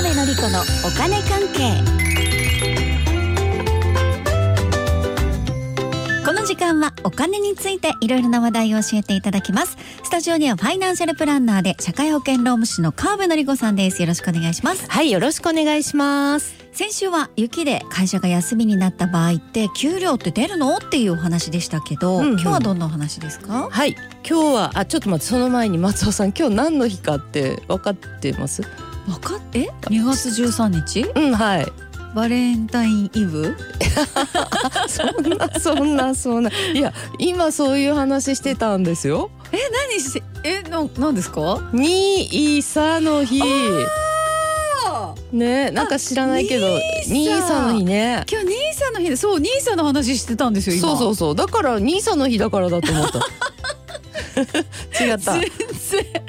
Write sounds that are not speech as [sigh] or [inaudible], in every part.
のお金関係この時間はお金についていろいろな話題を教えていただきますスタジオにはファイナンシャルプランナーで社会保険労務士の川辺典子さんですよろしくお願いしますはい、よろしくお願いします。先週は雪で会社が休みになった場合って給料って出るのっていうお話でしたけど、うんうん今日はどんなお話ですかはい、今日は、あ、ちょっと待って、その前に松尾さん、今日何の日かって分かってます。分かって2月13日うん、はい。バレンタインイブ [laughs] そんな、そんな、そんな、いや、今そういう話してたんですよ。何してえななんですかにいさの日。ね、なんか知らないけど、ににいいささの日ね。今日兄さんの日でそう兄さんの話してたんですよ今そうそううそう、だから、にいさの日だからだ [laughs] と思った。違った。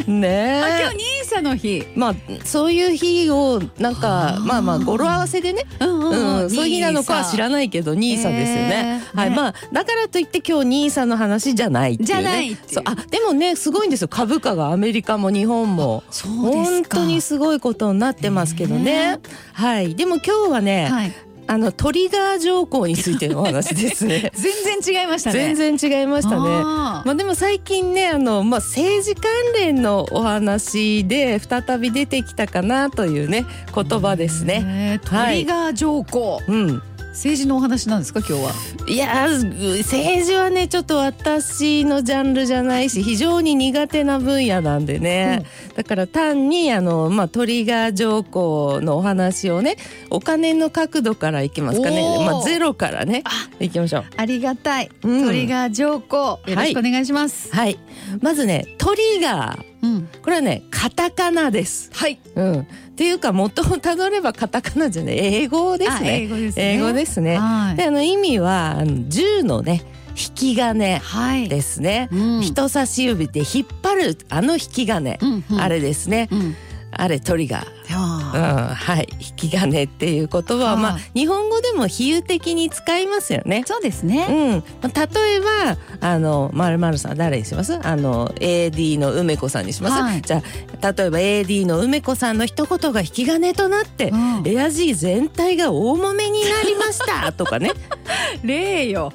全然あ今ね日。兄さんの日まあ、そういう日を、なんあか、ーまあまあ、語呂合わせでね。うんうん、そういう日なのかは知らないけど、ニーサですよね。えーはい、ねまあ、だからといって、今日ニーサの話じゃないっていう、ね。じゃないっていうそう、あ、でもね、すごいんですよ。株価がアメリカも日本も。そうです本か当にすごいことになってますけどね。はい、でも今日はね、はい。あのトリガー条項についてのお話です [laughs] ね全然違いましたね全然違いましたね。あーまあ、でも最近ねあの、まあ、政治関連のお話で再び出てきたかなというね言葉ですね。えートリガー条項、うん、政治のお話なんですか今日はいやー政治はねちょっと私のジャンルじゃないし非常に苦手な分野なんでね、だから単にあの、まあ、トリガー条項のお話をねお金の角度からいきますかおね、ーまあ、ゼロからねいきましょう。ありがたい、うんトリガー条項よろしくお願いします、はい、まずねトリガーうんこれはねカタカナです。はいうん、っていうか元をたどればカタカナじゃない英語ですあね。英語ですね英語ですね。はいであの意味はあの銃のね引き金はいですね。うん人差し指で引っ張るあの引き金、うんうんあれですねうんあれトリガー。うあーん、はい引き金っていう言葉は、まはあい、日本語でも比喩的に使いますよね。そうですうね、ん、まあ例えばあのまるまるさん誰にしますあの AD の梅子さんにします、はいじゃあ例えば AD の梅子さんの一言が引き金となって、うんエアジー全体が大揉めになりました [laughs] とかね例よ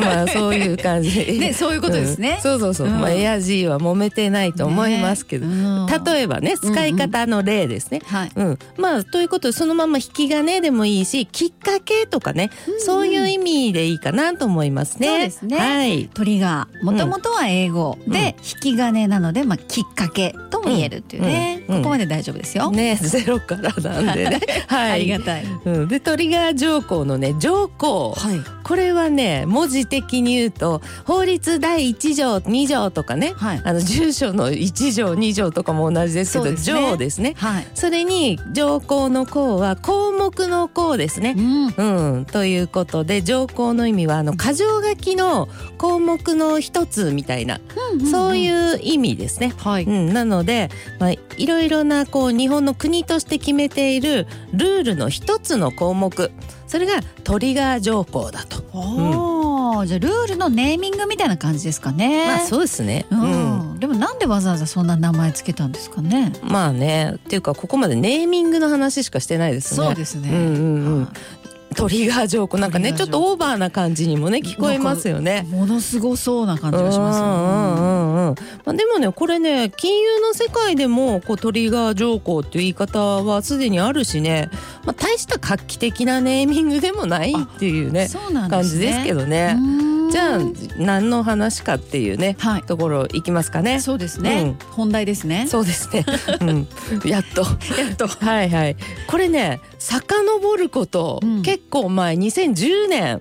まあそういう感じでねそういうことですねうんそうそうそう、うんまあ、エアジーは揉めてないと思いますけど、ねうん例えばね使い方の例ですね。はいうんまあということでそのまま引き金でもいいしきっかけとかね、そういう意味でいいかなと思いますね。そうですねはいトリガーもともとは英語んで引き金なので、まあ、きっかけとも言えるっていうね、うんうんここまで大丈夫ですよ、ねゼロからなん [laughs] でね。はい、ありがたいうん、でトリガー条項のね条項、はいこれはね文字的に言うと法律第1条2条とかねはいあの住所の1条2条とかも同じですけそうどですね条ですねはい、それに条項の項は項目の項ですね。うん、うん、ということで条項の意味はあの箇条書きの項目の一つみたいな、そうういう意味ですね。、んはいうん、なので、まあ、いろいろなこう日本の国として決めているルールの一つの項目それがトリガー条項だと。おーじゃあルールのネーミングみたいな感じですかね、まあそうですね、うんんでもなんでわざわざそんな名前つけたんですかねまあねっていうかここまでネーミングの話しかしてないですね。ですうんうんうんはトリガー条項なんかねトリちガょー条項っとオーバーな感じにもね聞こえますよいね。ものすごそうな感じがしますようんうんうんうんまあ、でもねこれね金融の世界でもこうトリガー条項っていう言い方はすでにあるしね、まあ、大した画期的なネーミングでもないっていうねそうなんです、ね、感じですけどね。うんじゃあ何の話かっていうねはいところいきますかね。そうですね、うん本題ですねそうですね、うん、 [laughs] やっとやっとはいはいこれね遡ること、うん結構前2010年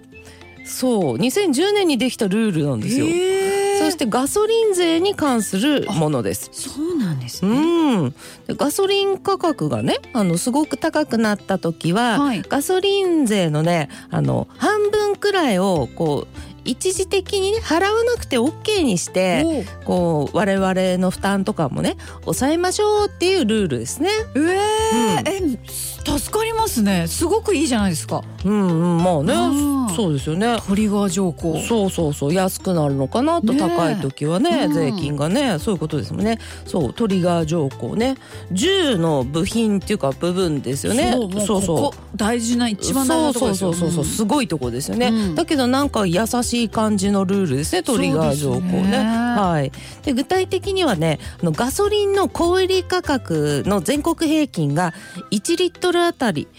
そう2010年にできたルールなんですよ。へーそしてガソリン税に関するものです。そうなんですうね、ん、でガソリン価格がねあのすごく高くなった時は、はいガソリン税のねあの半分くらいをこう一時的にね払わなくて OK にしておうこう我々の負担とかもね抑えましょうっていうルールですね。えーうんえ助かりますねすごくいいじゃないですかうんうんまあうんねそうですよねトリガー条項そうそうそう安くなるのかなとねえ高い時はねうん税金がねそういうことですもんねそうトリガー条項ね銃の部品っていうか部分ですよねそうもうそうそうここ大事な一番大事なとこそろうですそようそうそう、すごいとこですよね、うんだけどなんか優しい感じのルールですねトリガー条項そうですねねはいで具体的にはねあのガソリンの小売価格の全国平均が1リットルあたり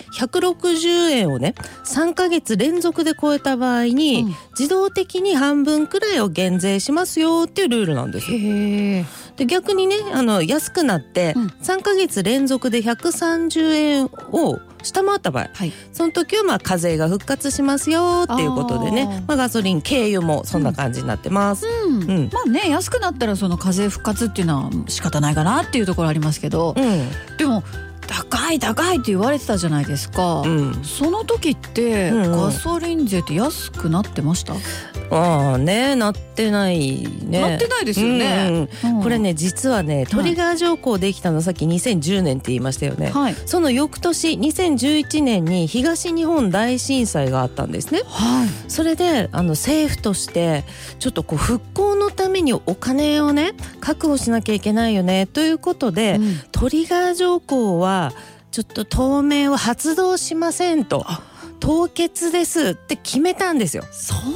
160円をね3ヶ月連続で超えた場合に、うん自動的に半分くらいを減税しますよっていうルールなんですよへえで逆にねあの安くなってうん3ヶ月連続で130円を下回った場合はいその時はまあ課税が復活しますよっていうことであねーまあ、ガソリン軽油もそんな感じになってます。うん、うんまあね安くなったらその課税復活っていうのは仕方ないかなっていうところありますけど、うん、でも高い高いって言われてたじゃないですか、うん、その時って、うんうんガソリン税って安くなってました、ああねなってないね。なってないですようんね、うんうんこれね実はねトリガー条項できたのさっき2010年って言いましたよね。はいその翌年2011年に東日本大震災があったんですね。はいそれであの政府としてちょっとこう復興のためにお金をね確保しなきゃいけないよねということで、うんトリガー条項はちょっと当面は発動しませんとあ凍結ですって決めたんですよ。そういう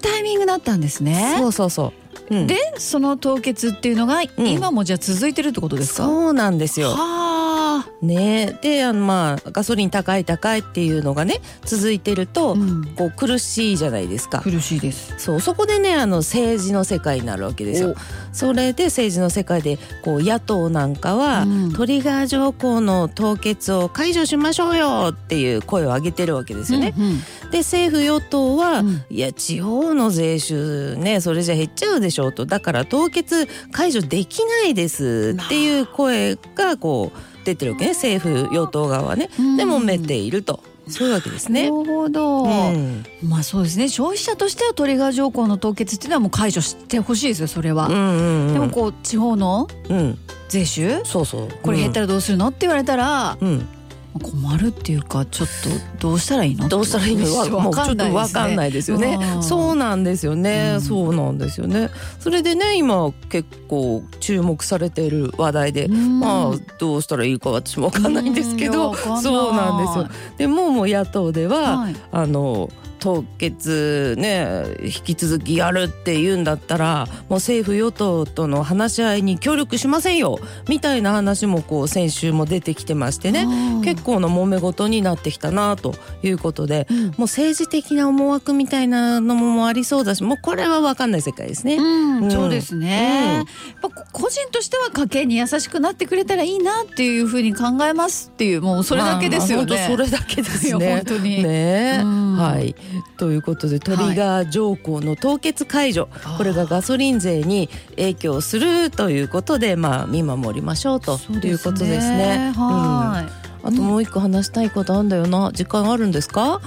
タイミングだったんですねそうそうそう。うんでその凍結っていうのがん今もじゃあ続いてるってことですか、そうなんですよ。はあ、ねであのまあガソリン高い高いっていうのがね続いてると、うんこう苦しいじゃないですか。苦しいですそうそこでねあの政治の世界になるわけですよ。それで政治の世界でこう野党なんかは、うんトリガー条項の凍結を解除しましょうよっていう声を上げてるわけですよね。うんうんで政府与党は、うんいや地方の税収ねそれじゃ減っちゃうでしょうとだから凍結解除できないですっていう声がこう出てるわけね政府与党側はねうんでもめているとそういうわけですなねる。ほど、うんまあそうですね消費者としてはトリガー条項の凍結っていうのはもう解除してほしいですよそれは、うんうんでうもんこう地方のうん税収そうそうこれ減ったららどうするのって言われたらうん困るっていうかちょっとどうしたらいいのどうしたらいいのかわもうちょっとわわかんないいですよねう。んそうなんですよね、うんそうなんですよね。それでね今結構注目されている話題で、ですねうんまあどうしたらいいか私もわかんないんですけど、うんいやわかんないそうなんですよ。でもうもう野党では、はいあの凍結ね引き続きやるって言うんだったらもう政府与党との話し合いに協力しませんよみたいな話もこう先週も出てきてましてねうん結構な揉め事になってきたなということでうんもう政治的な思惑みたいなのもありそうだしもうこれは分かんない世界ですね。うんうんそうですね、やっぱ個人としては家計に優しくなってくれたらいいなっていうふうに考えますっていうもうそれだけですよね。まあまあ本当それだけですいやね本。当に、ねえうんはいということでトリガー条項の凍結解除、あーこれがガソリン税に影響するということで、まあ、見守りましょうということですね。はい、うん、あともう一個話したいことあるんだよな時間あるんですか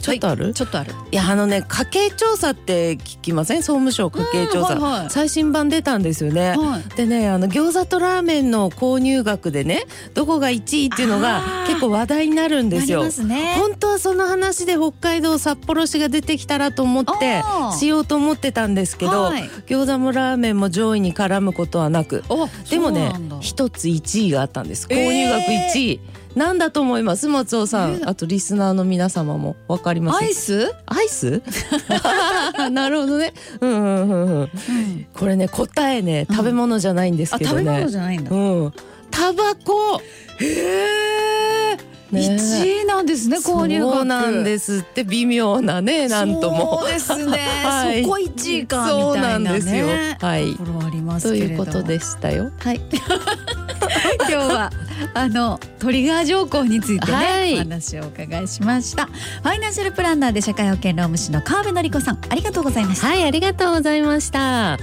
ちょっとある、い、ちょっとある。やあのね家計調査って聞きません総務省家計調査、うんはいはい最新版出たんですよね。はい。でねあの餃子とラーメンの購入額でねどこが1位っていうのがあー結構話題になるんですよ。なりますね。本当はその話で北海道札幌市が出てきたらと思ってあーしようと思ってたんですけど、はい餃子もラーメンも上位に絡むことはなくおでもねそうなんだ一つ1位があったんですえ購ー入額1位、なんだと思います松尾さん、えーあとリスナーの皆様もわかりまアすイス？アイス [laughs] なるほどね、うんうんうんうん、これね答えね食べ物じゃないんですあけど食べね、物じゃないんだ。うん、タバコへえ。ね一位なんですね購入額。そうなんですって微妙なねなんともそうですね。はいそこ一位かみたいなね。そうなんですよはいところありますとけれいうども。ことでしたよ。はい。 [laughs] 今日はあのトリガー条項についてね、はいお話をお伺いしました。ファイナンシャルプランナーで社会保険労務士の川辺典子さん、ありがとうございました。はい、ありがとうございました。